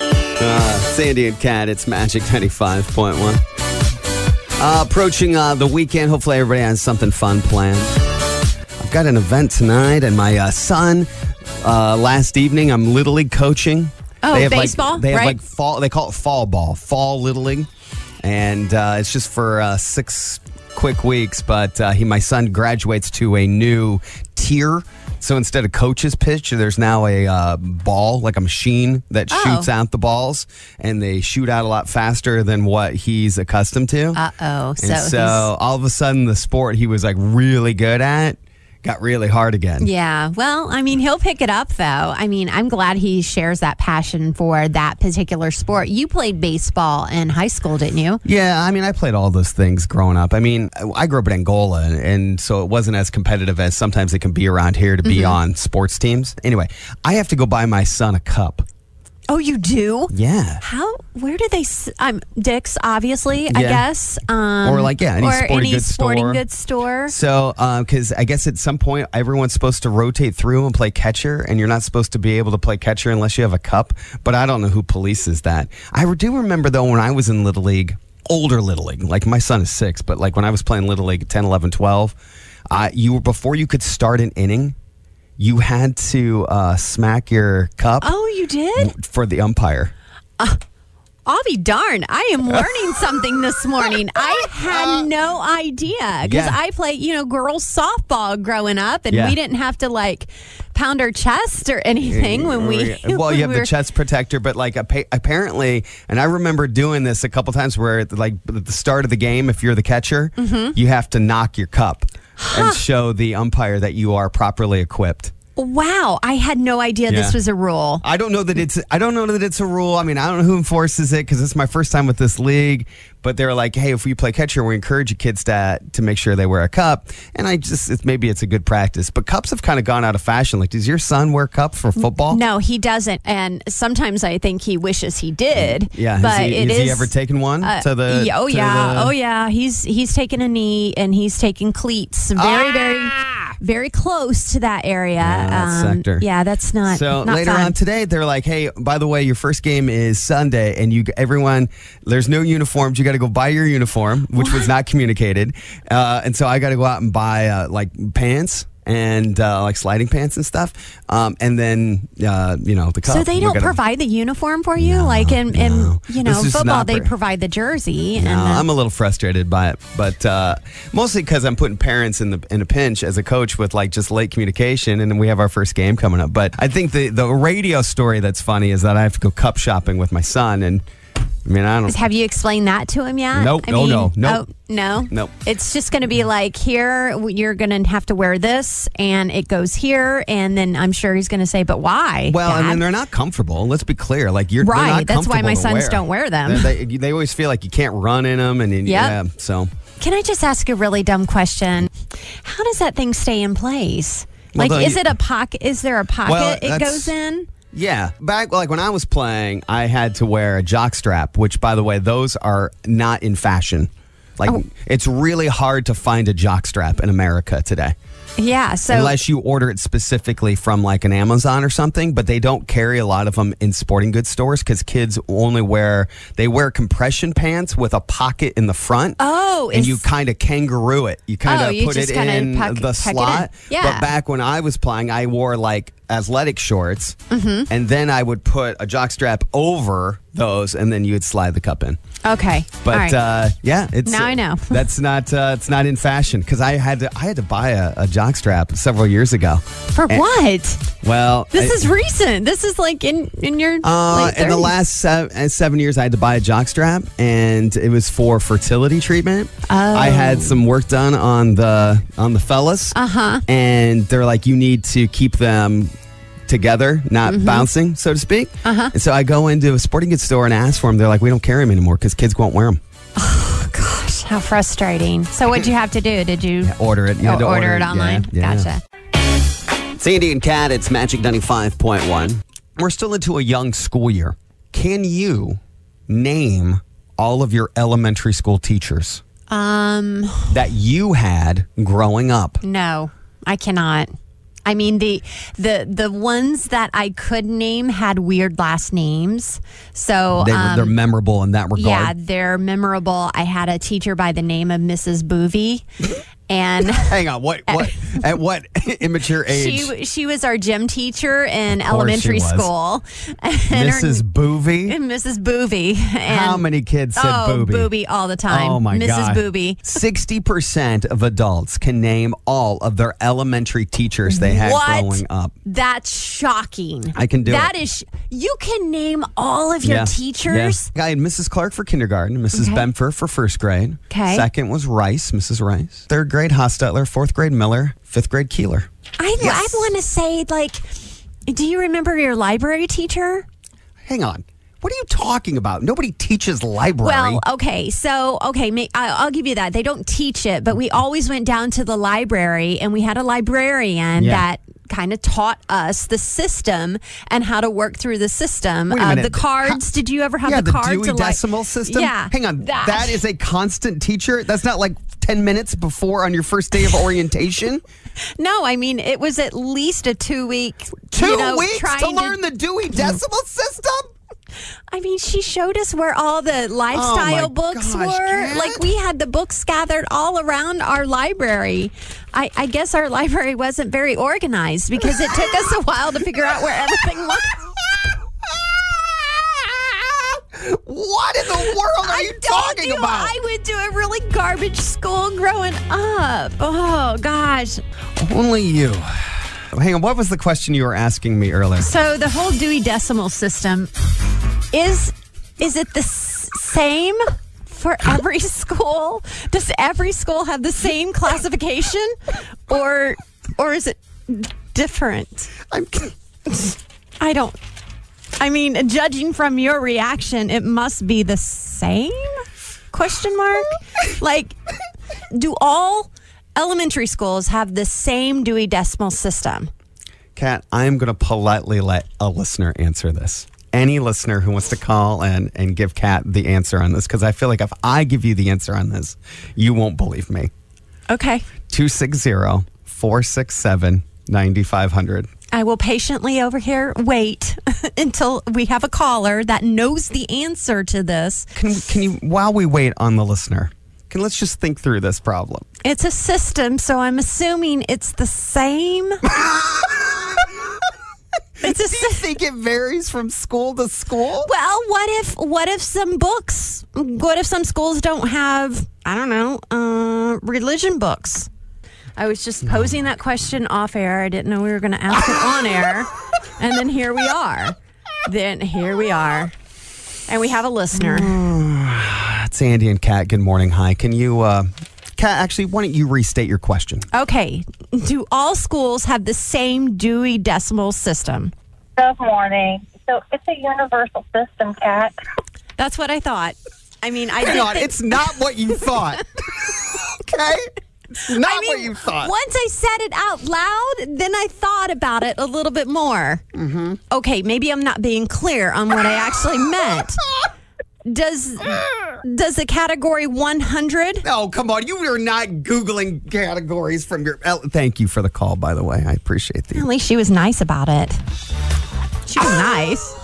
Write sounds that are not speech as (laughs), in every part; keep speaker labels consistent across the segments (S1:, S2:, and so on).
S1: Ah, Sandy and Cat, it's Magic 95.1. Uh, approaching uh, the weekend, hopefully everybody has something fun planned. I've got an event tonight, and my uh, son, uh, last evening, I'm Little League coaching.
S2: Oh,
S1: they have
S2: baseball,
S1: Like, they have
S2: right?
S1: like fall, they call it fall ball, fall Little League. And uh, it's just for uh, six quick weeks, but uh, he, my son graduates to a new tier. So instead of coaches pitch, there's now a uh, ball, like a machine that
S2: Oh.
S1: shoots out the balls, and they shoot out a lot faster than what he's accustomed to.
S2: Uh-oh. Uh, So
S1: And so, all of a sudden, the sport he was like really good at got really hard again.
S2: Yeah. Well, I mean, he'll pick it up, though. I mean, I'm glad he shares that passion for that particular sport. You played baseball in high school, didn't you?
S1: Yeah, I mean, I played all those things growing up. I mean, I grew up in Angola, and, and so it wasn't as competitive as sometimes it can be around here to be
S2: Mm-hmm.
S1: on sports teams. Anyway, I have to go buy my son a cup.
S2: Oh, you do?
S1: Yeah.
S2: How? Where do they? s- Um, Dick's, obviously. I
S1: Yeah.
S2: guess. Um,
S1: Or like, yeah, any
S2: or
S1: sporting
S2: any
S1: goods
S2: sporting
S1: store.
S2: goods store.
S1: So, because I guess at some point everyone's supposed to rotate through and play catcher, and you're not supposed to be able to play catcher unless you have a cup. But I don't know who polices that. I do remember though when I was in Little League, older Little League, like my son is six, but like when I was playing Little League 10, 11, 12, uh, you were, before you could start an inning, you had to uh, smack your cup
S2: Oh, you did?
S1: for the umpire.
S2: I'll be darned. I am
S1: (laughs)
S2: learning something this morning. I had no idea because
S1: Uh, Yeah.
S2: I played, you know, girls softball growing up, and
S1: Yeah.
S2: we didn't have to like pound our chest or anything when we. (laughs)
S1: well,
S2: when
S1: you have
S2: we
S1: the
S2: were-
S1: chest protector, but like appa- apparently, and I remember doing this a couple times where, at the- like at the start of the game, if you're the catcher,
S2: Mm-hmm.
S1: you have to knock your cup and show the umpire that you are properly equipped.
S2: Wow, I had no idea
S1: Yeah. Uh,
S2: this was a rule.
S1: I don't know that it's I don't know that it's a rule. I mean, I don't know who enforces it because it's my first time with this league. But they're like, hey, if we play catcher, we encourage your kids to to make sure they wear a cup. And I just it's, maybe it's a good practice. But cups have kind of gone out of fashion. Like, does your son wear a cup for football?
S2: No, he doesn't, and sometimes I think he wishes he did.
S1: Yeah,
S2: but
S1: has, he,
S2: it
S1: has
S2: is.
S1: he ever taken one
S2: uh,
S1: to the?
S2: yeah, oh
S1: to
S2: yeah,
S1: the-
S2: oh yeah. He's he's taken a knee and he's taken cleats.
S1: Ah!
S2: Very very very close to that area. Um,
S1: that's sector.
S2: Yeah, that's not.
S1: So
S2: not
S1: later
S2: fun.
S1: on today, they're like, "Hey, by the way, your first game is Sunday, and you everyone, there's no uniforms. You got to go buy your uniform, which was not communicated, uh, and so I got to go out and buy uh, like pants." And uh, like sliding pants and stuff, um, and then uh, you know the cup.
S2: So they
S1: We're
S2: don't
S1: gonna-
S2: provide the uniform for you, like in,
S1: no.
S2: in you
S1: This
S2: know
S1: is
S2: football,
S1: not
S2: they
S1: pre-
S2: provide the jersey. and
S1: No,
S2: the-
S1: Uh, I'm a little frustrated by it, but uh, mostly because I'm putting parents in the in a pinch as a coach with like just late communication, and then we have our first game coming up. But I think the the radio story that's funny is that I have to go cup shopping with my son, and I mean I don't.
S2: Have you explained that to him yet?
S1: Nope.
S2: I
S1: No,
S2: mean,
S1: no, nope.
S2: Oh, no.
S1: Nope.
S2: It's just going to be like here, w- you're going to have to wear this, and it goes here, and then I'm sure he's going to say, "But why?"
S1: Well,
S2: Dad?
S1: and then they're not comfortable. Let's be clear. Like you're they're
S2: Right,
S1: not
S2: that's why
S1: comfortable
S2: my
S1: to
S2: sons
S1: wear.
S2: don't wear them.
S1: They, they, they always feel like you can't run in them, and, and
S2: Yep.
S1: yeah. So
S2: Can I just ask a really dumb question? How does that thing stay in place?
S1: Well,
S2: Like,
S1: the-
S2: is it a pocket? Is there a pocket
S1: Well,
S2: it
S1: that's-
S2: goes in?
S1: Yeah, back like when I was playing, I had to wear a jock strap, which by the way, those are not in fashion. Like
S2: Oh.
S1: it's really hard to find a jock strap in America today.
S2: Yeah. So
S1: Unless you order it specifically from like an Amazon or something, but they don't carry a lot of them in sporting goods stores cuz kids only wear they wear compression pants with a pocket in the front.
S2: Oh,
S1: and
S2: is-
S1: you kind of kangaroo it. You kind
S2: Oh,
S1: of
S2: you
S1: put
S2: just
S1: it
S2: kinda
S1: in
S2: puck-
S1: the
S2: tuck it in.
S1: slot.
S2: Yeah.
S1: But back when I was playing, I wore like athletic shorts
S2: Mm-hmm.
S1: and then I would put a jock strap over those and then you would slide the cup in.
S2: okay.
S1: But
S2: All right.
S1: uh, yeah, it's
S2: Now I know.
S1: (laughs) that's not uh, it's not in fashion because I had to I had to buy a, a jock strap several years ago.
S2: for
S1: and-
S2: what?
S1: Well,
S2: This
S1: I-
S2: is recent. This is like in in your
S1: uh,
S2: late
S1: in the
S2: 30s.
S1: last se- uh, seven years, I had to buy a jock strap, and it was for fertility treatment. I had some work done on the on the fellas, Oh. uh-huh. and they're like, you need to keep them together, not bouncing, so to speak. Mm-hmm. Uh-huh. And so I go into a sporting goods store and ask for them. They're like, we don't carry them anymore because kids won't wear them.
S2: Gosh, how frustrating. So what'd you have to do? Did you
S1: (laughs) Order it. You had
S2: order,
S1: to
S2: it
S1: Yeah,
S2: online?
S1: yeah.
S2: Gotcha.
S1: Sandy and Cat, it's Magic 95.1. We're still into a young school year. Can you name all of your elementary school teachers
S2: Um,
S1: that you had growing up?
S2: no, I cannot. I mean the the the ones that I could name had weird last names. So
S1: They, were
S2: um,
S1: they're memorable in that regard.
S2: yeah, they're memorable. I had a teacher by the name of Mrs. Boovy,
S1: (laughs)
S2: and
S1: Hang on, what
S2: (laughs)
S1: what at what (laughs) immature age?
S2: she she was our gym teacher in
S1: she
S2: elementary
S1: was.
S2: school. (laughs) And her-
S1: Mrs. Boovy.
S2: and Mrs. Boovy. (laughs) And
S1: How many kids said
S2: oh,
S1: booby?
S2: Booby all the time.
S1: Oh my
S2: Mrs.
S1: god.
S2: Booby.
S1: Sixty percent of adults can name all of their elementary teachers they had
S2: What?
S1: growing up.
S2: That's shocking.
S1: I can do
S2: That
S1: it.
S2: is, sh- you can name all of your
S1: Yeah,
S2: teachers.
S1: Yeah. I had Mrs. Clark for kindergarten, Mrs.
S2: Okay.
S1: Bemfer for first grade.
S2: Okay.
S1: Second was Rice, Mrs. Rice. Third grade Hostetler, fourth grade Miller, fifth grade Keeler.
S2: I,
S1: Yes.
S2: I want to say, like, do you remember your library teacher?
S1: Hang on. What are you talking about? Nobody teaches library.
S2: Well, uh, okay, so okay, ma- I- I'll give you that. They don't teach it, but we always went down to the library, and we had a librarian
S1: Yeah.
S2: that kind of taught us the system and how to work through the system.
S1: Wait a
S2: Uh,
S1: minute.
S2: the cards.
S1: How-
S2: did you ever have
S1: yeah,
S2: the,
S1: the,
S2: cards?
S1: Dewey
S2: to, like-
S1: Decimal System.
S2: Yeah.
S1: Hang on. that is a constant teacher. That's not like 10 minutes before on your first day of
S2: (laughs)
S1: orientation.
S2: No, I mean it was at least a two week
S1: Two weeks to learn the Dewey Decimal System? (laughs)
S2: I mean, she showed us where all the lifestyle books
S1: Oh gosh,
S2: were.
S1: Kat.
S2: Like we had the books gathered all around our library. I, I guess our (laughs) library wasn't very organized because it took us a while to figure out where everything was.
S1: (laughs) What in the world are
S2: I
S1: you
S2: told
S1: talking
S2: you
S1: about?
S2: I would do a really garbage school growing up. Oh gosh.
S1: Only you. Hang on, what was the question you were asking me
S2: (laughs)
S1: earlier?
S2: So the whole Dewey Decimal System is is it the s- same for every (laughs) school? Does every school have the same classification, or or is it different?
S1: I'm,
S2: I don't. I mean, judging from your reaction, it must be the same? Question mark. Like, do all elementary schools have the same Dewey Decimal System?
S1: Kat, I'm going to politely let a listener answer this. Any listener who wants to call and, and give Kat the answer on this, because I feel like if I give you the answer on this, you won't believe me.
S2: Okay.
S1: 260 467 9500.
S2: I will patiently over here wait (laughs) until we have a caller that knows the answer to this.
S1: Can, can you, while we wait on the listener, can let's just think through this problem. (laughs)
S2: It's a system, so I'm assuming it's the same. it's a
S1: Do you
S2: system.
S1: think it varies from school to school?
S2: Well, what if what if some books? What if some schools don't have I don't know uh, religion books? I was just posing that question off air. I didn't know we were going to ask it on air, and then here we are. Then here we are, and we have a listener.
S1: That's Andy and Kat. Good morning. Hi. Can you, uh, Kat, actually, why don't you restate your question?
S2: Okay. Do all schools have the same Dewey Decimal System?
S3: Good morning. So it's a universal system, Kat.
S2: That's what I thought. I mean, I
S1: Hang
S2: did
S1: on,
S2: think-
S1: it's not what you thought. (laughs) okay? It's not
S2: I mean,
S1: what you thought.
S2: Once I said it out loud, then I thought about it a little bit more. Mm-hmm. Okay, maybe I'm not being clear on what I
S1: (laughs)
S2: actually meant. Does does the category 100?
S1: Oh, come on. You are not Googling categories from your. el- Thank you for the call, by the way. I appreciate the.
S2: At least she was nice about it. She was
S1: (gasps)
S2: nice.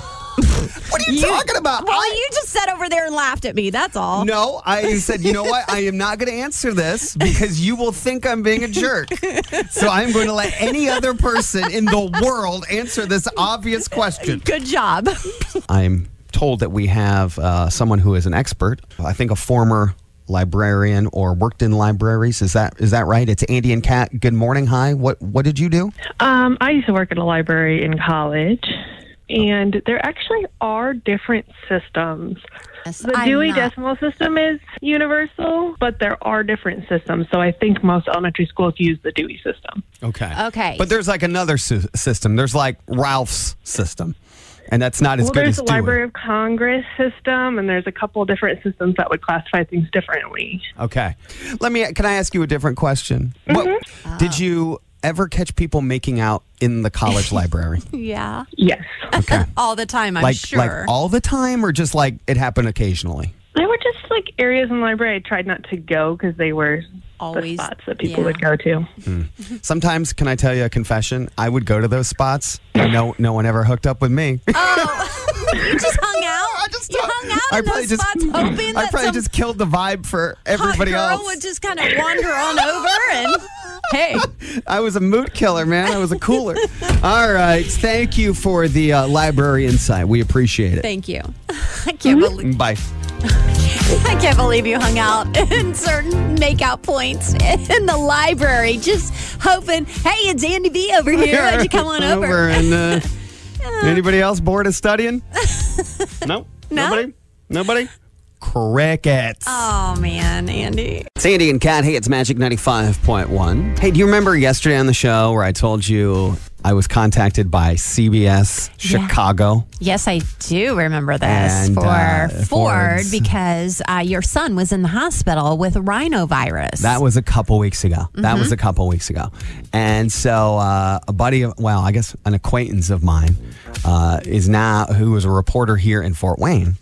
S1: What are you, talking about?
S2: Well,
S1: I-
S2: you just sat over there and laughed at me. That's all.
S1: No, I said, you know what? I am not going to answer this because you will think I'm being a jerk. So I'm going to let any other person in the world answer this obvious question.
S2: Good job.
S1: I'm told that we have uh, someone who is an expert. I think a former librarian or worked in libraries. Is that is that right? It's Andy and Kat. Good morning. Hi. What what did you do?
S4: Um, I used to work at a library in college, and there actually are different systems. The
S2: I'm
S4: Dewey
S2: not-
S4: Decimal System is universal, but there are different systems. So I think most elementary schools use the Dewey system.
S1: Okay.
S2: Okay.
S1: But there's like another sy- system. There's like Ralph's system, and that's not as
S4: well,
S1: good
S4: there's
S1: as
S4: the
S1: Dewey.
S4: Library of Congress system, and there's a couple of different systems that would classify things differently.
S1: Okay. Let me. Can I ask you a different question?
S4: Mm-hmm.
S1: What,
S2: Uh-huh.
S1: Did you ever catch people making out in the
S2: (laughs)
S1: college library?
S2: Yeah.
S4: Yes.
S1: Okay.
S2: All the time, I'm
S1: like
S2: sure.
S1: like all the time, or just like it happened occasionally?
S4: They were just like like areas in the library I tried not to go because they were
S2: Always-
S4: the spots that people
S2: yeah.
S4: would go to.
S1: Sometimes, can I tell you a confession? I would go to those spots. and No, no one ever hooked up with (laughs) me.
S2: Oh. (laughs) you just hung out.
S1: I just
S2: you
S1: don't-
S2: hung out
S1: I
S2: in
S1: probably
S2: those
S1: just- (laughs)
S2: spots, hoping
S1: I
S2: that
S1: probably
S2: some
S1: just killed the vibe for
S2: hot
S1: everybody
S2: girl
S1: else.
S2: would just kind of wander on over
S1: (laughs)
S2: and hey,
S1: I was a mood killer, man. I was a
S2: (laughs)
S1: cooler. All right. Thank you for the uh, library insight. We appreciate it.
S2: thank you. (laughs) I can't believe
S1: Bye.
S2: I can't believe you hung out (laughs) in certain makeout points in the library, just hoping. Hey, it's Andy B
S1: Oh,
S2: over here. Why don't you come
S1: (laughs)
S2: on over?
S1: and,
S2: (laughs)
S1: uh, anybody else bored of studying? no?
S2: No?
S1: Nobody? Nobody? Crickets.
S2: Oh man, Andy.
S1: Sandy and Cat, hey, it's Magic 95.1. Hey, do you remember yesterday on the show where I told you I was contacted by CBS
S2: Yeah.
S1: Chicago?
S2: Yes, I do remember this
S1: And,
S2: for
S1: uh,
S2: Ford
S1: Ford's.
S2: because uh, your son was in the hospital with rhinovirus.
S1: That was a couple weeks ago. That was a couple weeks ago. And so uh, a buddy of, well, I guess an acquaintance of mine uh, is now, who is a reporter here in Fort Wayne,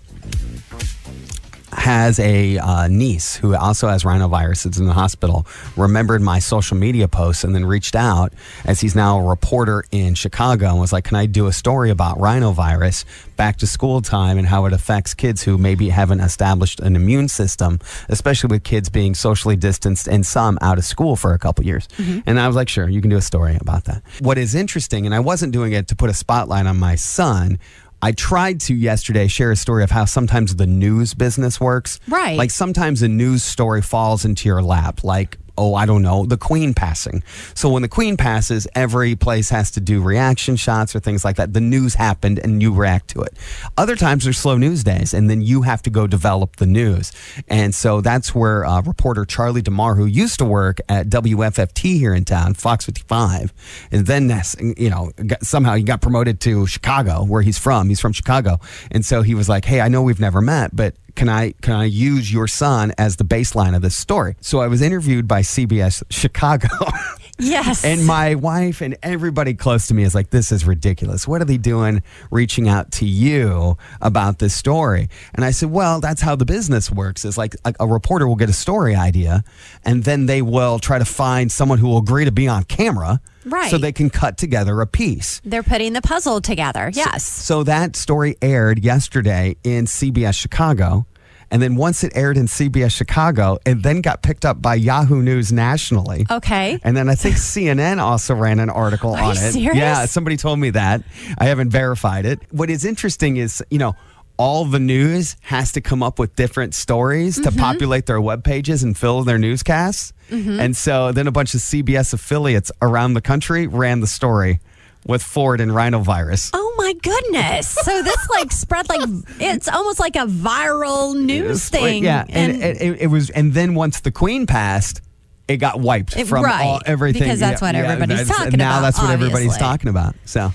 S1: has a uh, niece who also has rhinovirus that's in the hospital, remembered my social media posts and then reached out as he's now a reporter in Chicago and was like, Can I do a story about rhinovirus back to school time and how it affects kids who maybe haven't established an immune system, especially with kids being socially distanced and some out of school for a couple years? And I was like, Sure, you can do a story about that. What is interesting, and I wasn't doing it to put a spotlight on my son. I tried to yesterday share a story of how sometimes the news business works.
S2: Right.
S1: Like sometimes a news story falls into your lap, like, oh, I don't know, the queen passing. So when the queen passes, every place has to do reaction shots or things like that. The news happened and you react to it. Other times there's slow news days and then you have to go develop the news. And so that's where uh, reporter Charlie DeMar, who used to work at WFFT here in town, Fox 55, and then, that's, you know, got, somehow he got promoted to Chicago, where he's from. He's from Chicago. And so he was like, hey, I know we've never met, but can I can I use your son as the baseline of this story? So I was interviewed by CBS Chicago, (laughs)
S2: yes.
S1: and my wife and everybody close to me is like, "This is ridiculous. What are they doing, reaching out to you about this story?" And I said, "Well, that's how the business works. It's like a, a reporter will get a story idea, and then they will try to find someone who will agree to be on camera,
S2: Right.
S1: So they can cut together a piece."
S2: They're putting the puzzle together. Yes.
S1: So that story aired yesterday in CBS Chicago. And then once it aired in CBS Chicago, it then got picked up by Yahoo News nationally.
S2: Okay.
S1: (laughs) And then I think CNN also ran an article
S2: Are
S1: on
S2: you
S1: it.
S2: serious?
S1: Yeah, somebody told me that. I haven't verified it. What is interesting is, you know, all the news has to come up with different stories to
S2: Mm-hmm.
S1: populate their web pages and fill their newscasts. And so then a bunch of CBS affiliates around the country ran the story with Ford and rhinovirus.
S2: Oh my goodness. So this like spread like it's almost like a viral news
S1: Like,
S2: thing.
S1: yeah, and, and it, it was, and then once the Queen passed, it got wiped
S2: It-
S1: from
S2: right,
S1: all, everything.
S2: because that's what everybody's
S1: that's-
S2: talking
S1: Now
S2: about,
S1: that's what everybody's
S2: obviously.
S1: talking about. So.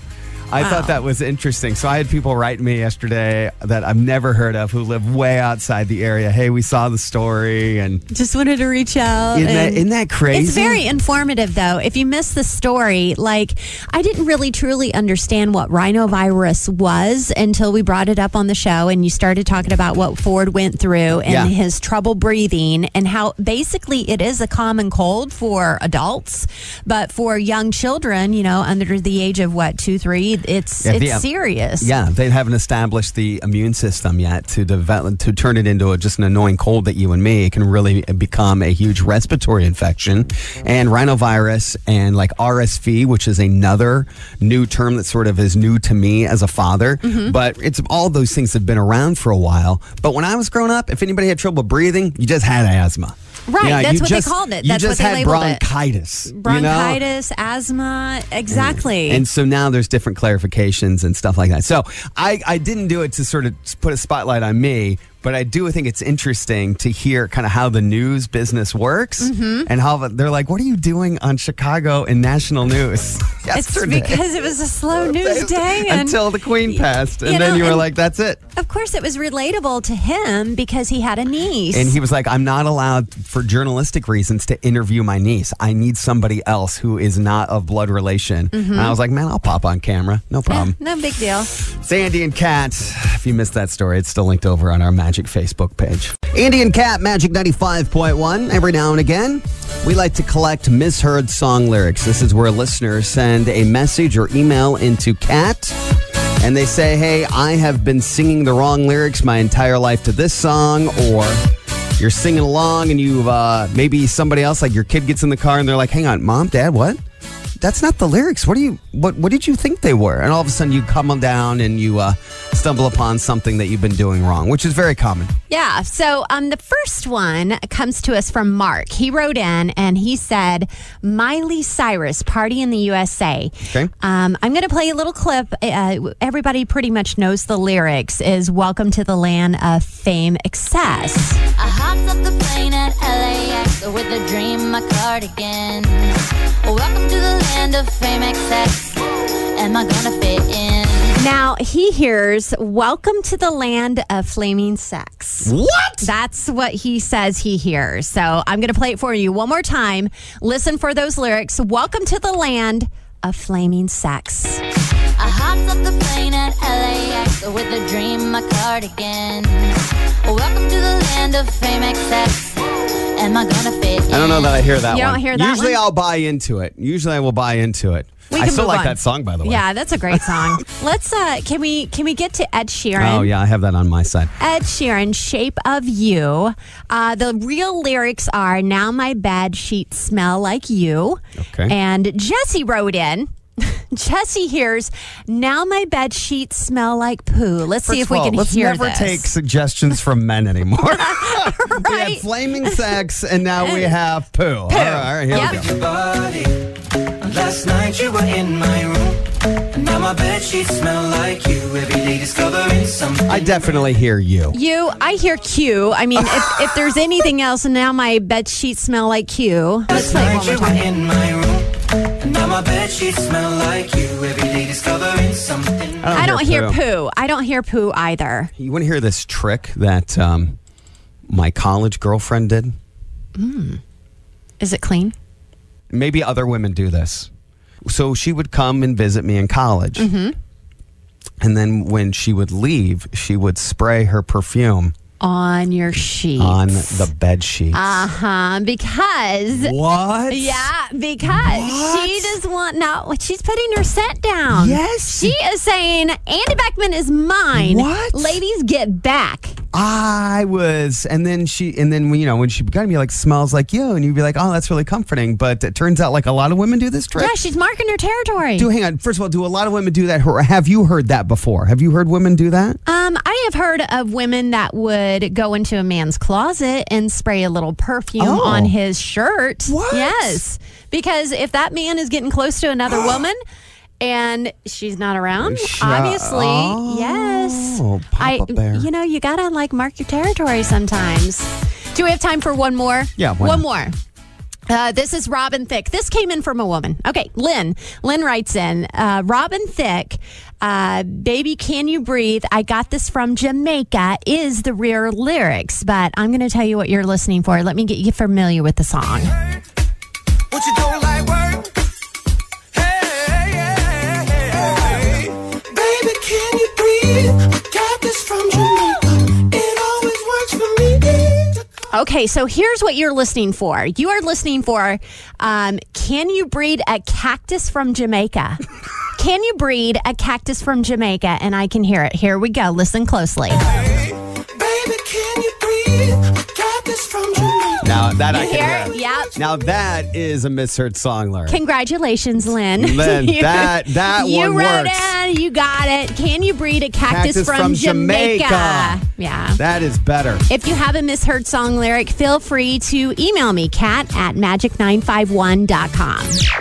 S1: I thought that was interesting. So I had people write me yesterday that I've never heard of who live way outside the area. Hey, we saw the story, and
S2: just wanted to reach out.
S1: isn't, that,
S2: and-
S1: isn't that crazy?
S2: It's very informative, though. If you miss the story, like I didn't really truly understand what rhinovirus was until we brought it up on the show and you started talking about what Ford went through and
S1: Yeah.
S2: his trouble breathing and how basically it is a common cold for adults, but for young children, you know, under the age of what, two, three, it's,
S1: Yeah,
S2: it's
S1: the-
S2: serious.
S1: Yeah, they haven't established the immune system yet to develop to turn it into a, just an annoying cold that you and me. It can really become a huge respiratory infection, and rhinovirus and like RSV, which is another new term that sort of is new to me as a father.
S2: Mm-hmm.
S1: But it's all those things have been around for a while. But when I was growing up, if anybody had trouble breathing, you just had asthma.
S2: Right,
S1: Yeah,
S2: that's
S1: you
S2: what they
S1: just-
S2: called it.
S1: You
S2: That's
S1: just
S2: what they
S1: had
S2: labeled it.
S1: bronchitis. you know?
S2: Bronchitis, asthma, exactly.
S1: And so now there's different clarifications and stuff like that. So I, I didn't do it to sort of put a spotlight on me, but I do think it's interesting to hear kind of how the news business works
S2: Mm-hmm.
S1: and how the- they're like, what are you doing on Chicago and national news
S2: (laughs) it's
S1: yesterday?
S2: because it was a slow news day. And
S1: (laughs) Until the queen passed. And
S2: you
S1: then
S2: know,
S1: you were
S2: and-
S1: like, that's it.
S2: Of course, it was relatable to him because he had a niece.
S1: And he was like, I'm not allowed for journalistic reasons to interview my niece. I need somebody else who is not of blood relation.
S2: Mm-hmm.
S1: And I was like, man, I'll pop on camera. No problem.
S2: no big deal.
S1: Sandy and Kat. If you missed that story, it's still linked over on our Magic Facebook page. Andy and Cat, Magic 95.1. Every now and again, we like to collect misheard song lyrics. This is where listeners send a message or email into Cat, and they say, Hey, I have been singing the wrong lyrics my entire life to this song, or you're singing along and you've uh, maybe somebody else, like your kid gets in the car and they're like, Hang on, mom, dad, what? That's not the lyrics. What do you what what did you think they were? And all of a sudden you come on down and you uh, stumble upon something that you've been doing wrong, which is very common.
S2: Yeah. So um, the first one comes to us from Mark. He wrote in and he said, Miley Cyrus, Party in the USA.
S1: Okay.
S2: Um, I'm going to play a little clip. Uh, everybody pretty much knows the lyrics is Welcome to the Land of Fame Excess.
S5: I hopped off the plane at LAX with a dream in my cardigan. Welcome to the land of fame excess. Am I gonna fit in?
S2: Now he hears Welcome to the Land of Flaming Sex.
S1: What?
S2: That's what he says he hears. So I'm going to play it for you one more time. Listen for those lyrics. Welcome to the land of flaming sex.
S5: I hopped off the plane at LAX with a dream in my cardigan. Welcome to the land of fame excess. Am I gonna fit in?
S1: I don't know that I hear that
S2: You
S1: one.
S2: don't hear that
S1: Usually
S2: one?
S1: I'll buy into it. Usually I will buy into it.
S2: We
S1: I
S2: can
S1: still
S2: move
S1: like
S2: on.
S1: that song, by the way.
S2: Yeah, that's
S1: (laughs)
S2: a great song. Let's uh can we can we get to Ed Sheeran?
S1: Oh, yeah, I have that on my side.
S2: Ed Sheeran, Shape of You. Uh, the real lyrics are Now My Bed Sheets Smell Like You.
S1: Okay.
S2: And Jesse wrote in. (laughs) Jesse hears, Now My Bed Sheets Smell Like Poo. Let's
S1: First
S2: see if
S1: of
S2: we
S1: all,
S2: can
S1: let's
S2: hear
S1: never
S2: this.
S1: take suggestions from men anymore.
S2: (laughs)
S1: (laughs) We had
S2: Right?
S1: flaming sex, and now
S2: (laughs)
S1: we have poo. All right, all right, here
S2: Yep.
S1: we go.
S6: body. Last night you were in my room. And now my bed sheets smell like you. Every day discovering something.
S1: I definitely hear you.
S2: You, I hear Q. I mean,
S1: (laughs)
S2: if, if there's anything else, and now my bed sheets smell like Q. Let's play it one
S6: Last night
S2: more
S6: you were
S2: time.
S6: in my room. And now my bed sheets smell like you. Every day discovering something.
S2: I don't hear poo. I don't hear poo either.
S1: You want to hear this trick that um, my college girlfriend did?
S2: Is it clean?
S1: Maybe other women do this. So she would come and visit me in college. And then when she would leave, she would spray her perfume
S2: On your sheets.
S1: on the bed sheets.
S2: Uh huh. Because.
S1: what?
S2: Yeah, because she does want no. She's putting her set down.
S1: Yes.
S2: she is saying Andy Beckman is mine.
S1: What?
S2: ladies get back?
S1: I was, and then she, and then you know when she began to be like smells like you, and you'd be like, oh, that's really comforting. But it turns out like a lot of women do this trick.
S2: Yeah, she's marking her territory.
S1: Do hang on. First of all, do a lot of women do that? Or have you heard that before? Have you heard women do that?
S2: Um, I have heard of women that would go into a man's closet and spray a little perfume
S1: Oh.
S2: on his shirt.
S1: What?
S2: Yes, because if that man is getting close
S1: (gasps)
S2: to another woman and she's not around,
S1: Sh-
S2: obviously,
S1: oh,
S2: yes.
S1: pop
S2: I,
S1: up there.
S2: you know, you gotta like mark your territory sometimes. Do we have time for one more?
S1: Yeah, why
S2: one
S1: not?
S2: more. Uh, this is Robin Thicke. This came in from a woman. Okay, Lynn. Lynn writes in uh, Robin Thicke, uh, Baby Can You Breathe? I got this from Jamaica, is the rare lyrics, but I'm going to tell you what you're listening for. Let me get you familiar with the song.
S6: What you don't like work? Hey, hey, hey, hey. Baby, can you breathe? I got this from Jamaica. It always works for me.
S2: Okay, so here's what you're listening for. You are listening for um, Can you breed a cactus
S1: (laughs)
S2: from Jamaica? can you breed a cactus from Jamaica? And I can hear it. Here we go. Listen closely.
S6: Baby, can you breathe? I got this from Jamaica.
S1: Now that I
S2: Here?
S1: can hear.
S2: Yep.
S1: Now that is a misheard song lyric.
S2: Congratulations, Lynn.
S1: Lynn,
S2: (laughs) You-
S1: that- that
S2: you
S1: one
S2: wrote
S1: works.
S2: in. You got it. Can you breed a cactus,
S1: Cactus
S2: from,
S1: from
S2: Jamaica?
S1: Jamaica.
S2: Yeah.
S1: that is better.
S2: If you have a misheard song lyric, feel free to email me, cat at magic951.com.